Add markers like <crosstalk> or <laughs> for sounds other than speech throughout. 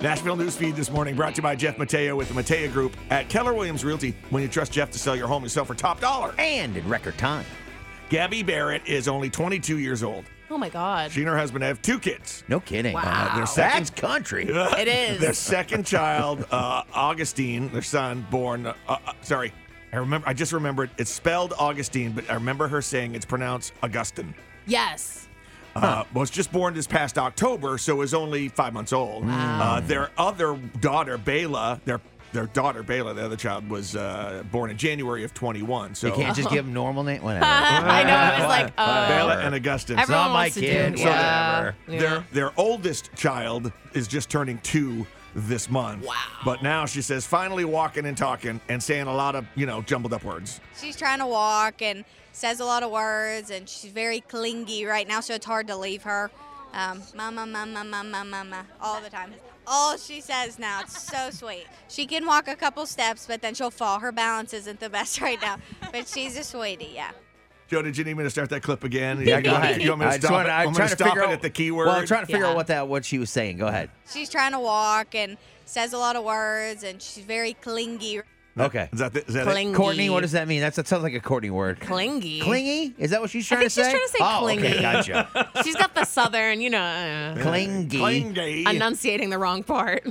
Nashville Newsfeed this morning brought to you by Jeff Mateo with the Mateo Group at Keller Williams Realty. When you trust Jeff to sell your home, you sell for top dollar. And in record time. Gabby Barrett is only 22 years old. Oh my God. She and her husband have two kids. No kidding. Wow. Uh, their second- That's country. It is. Their second child, uh, Augustine, their son, born. Uh, uh, sorry, I remember. I just remembered. It's spelled Augustine, but I remember her saying it's pronounced Augustine. Yes. Uh, was just born this past October, so is only five months old. Uh, their other daughter, Bayla, their their daughter Bayla, the other child, was uh, born in January of 21. So You can't just give them normal name. Whatever. <laughs> I know. I was like, uh, Bayla and Augustine. It's not Everyone my wants to do kid. it. Whatever. Yeah. Their their oldest child is just turning two this month. Wow. But now she says finally walking and talking and saying a lot of, you know, jumbled up words. She's trying to walk and says a lot of words, and she's very clingy right now, so it's hard to leave her. Um, mama, mama, mama, mama, all the time. All she says now. It's so sweet. She can walk a couple steps, but then she'll fall. Her balance isn't the best <laughs> right now, but she's a sweetie, yeah. Joe, did you need me to start that clip again? Yeah, go You want ahead. me- You want me to I just stop wanna- it? I'm Want me trying to to stop figure it out at the keyword? Well, I'm trying to figure Yeah. out what that what she was saying. Go ahead. She's trying to walk and says a lot of words, and she's very clingy. Okay. Is that, the, is that it? Clingy. Courtney, what does that mean? That's, that sounds like a Courtney word. Clingy. Clingy? Is that what she's trying think to she's say? trying to say oh, Okay, <laughs> clingy. gotcha. <laughs> She's got the southern, you know, uh, clingy. Clingy. enunciating the wrong part.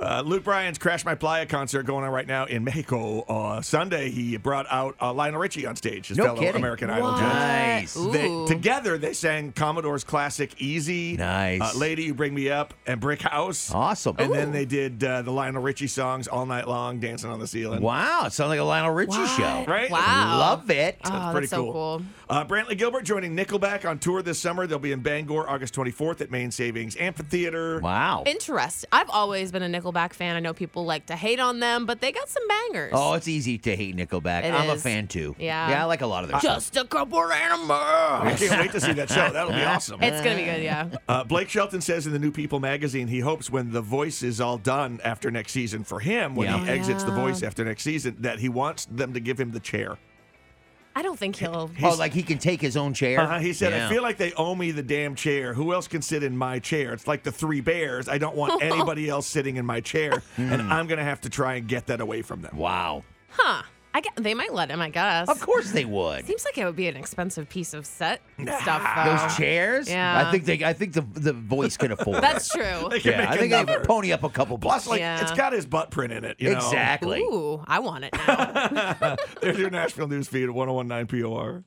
Uh, Luke Bryan's Crash My Playa concert going on right now in Mexico. Uh, Sunday, he brought out uh, Lionel Richie on stage, his No fellow kidding. American Idol What? judge. Nice. Ooh. They, together, they sang Commodore's classic "Easy," Nice. uh, "Lady You Bring Me Up," and "Brick House." Awesome. And then they did uh, the Lionel Richie songs all night long, dancing on the ceiling. Wow, it sounds like a Lionel Richie What? show. Right? Wow. Love it. Oh, That's that's, pretty so cool. cool. Uh, Brantley Gilbert joining Nickelback on tour this summer. They'll be in Bangor August 24th at Main Savings Amphitheater. Wow. Interesting. I've always been a Nickelback fan. I know people like to hate on them, but they got some bangers. Oh, it's easy to hate Nickelback. It I'm a is. fan too. Yeah. Yeah, I like a lot of their stuff. just a couple I animals. can't wait to see that show. That'll be awesome. It's gonna be good, yeah. Uh, Blake Shelton says in the New People magazine he hopes when The Voice is all done after next season for him, when Yeah. he Oh, exits The yeah. Voice after next season, that he wants them to give him the chair. I don't think he'll. Oh, like he can take his own chair. Uh-huh. He said, Yeah. I feel like they owe me the damn chair. Who else can sit in my chair? It's like the three bears. I don't <laughs> want anybody else sitting in my chair, and Hmm. I'm going to have to try and get that away from them. <laughs> Wow. Huh? I gue- they might let him. I guess. Of course they would. Seems like it would be an expensive piece of set stuff. though. Those chairs? Yeah. I think they I think the the voice could afford. it. That's true. They can yeah, I make think they another. could pony up a couple Plus, bucks. like, Yeah. it's got his butt print in it. You know? <laughs> <laughs> exactly. <laughs> Ooh, I want it now. oh There's your Nashville news feed at 1019 POR.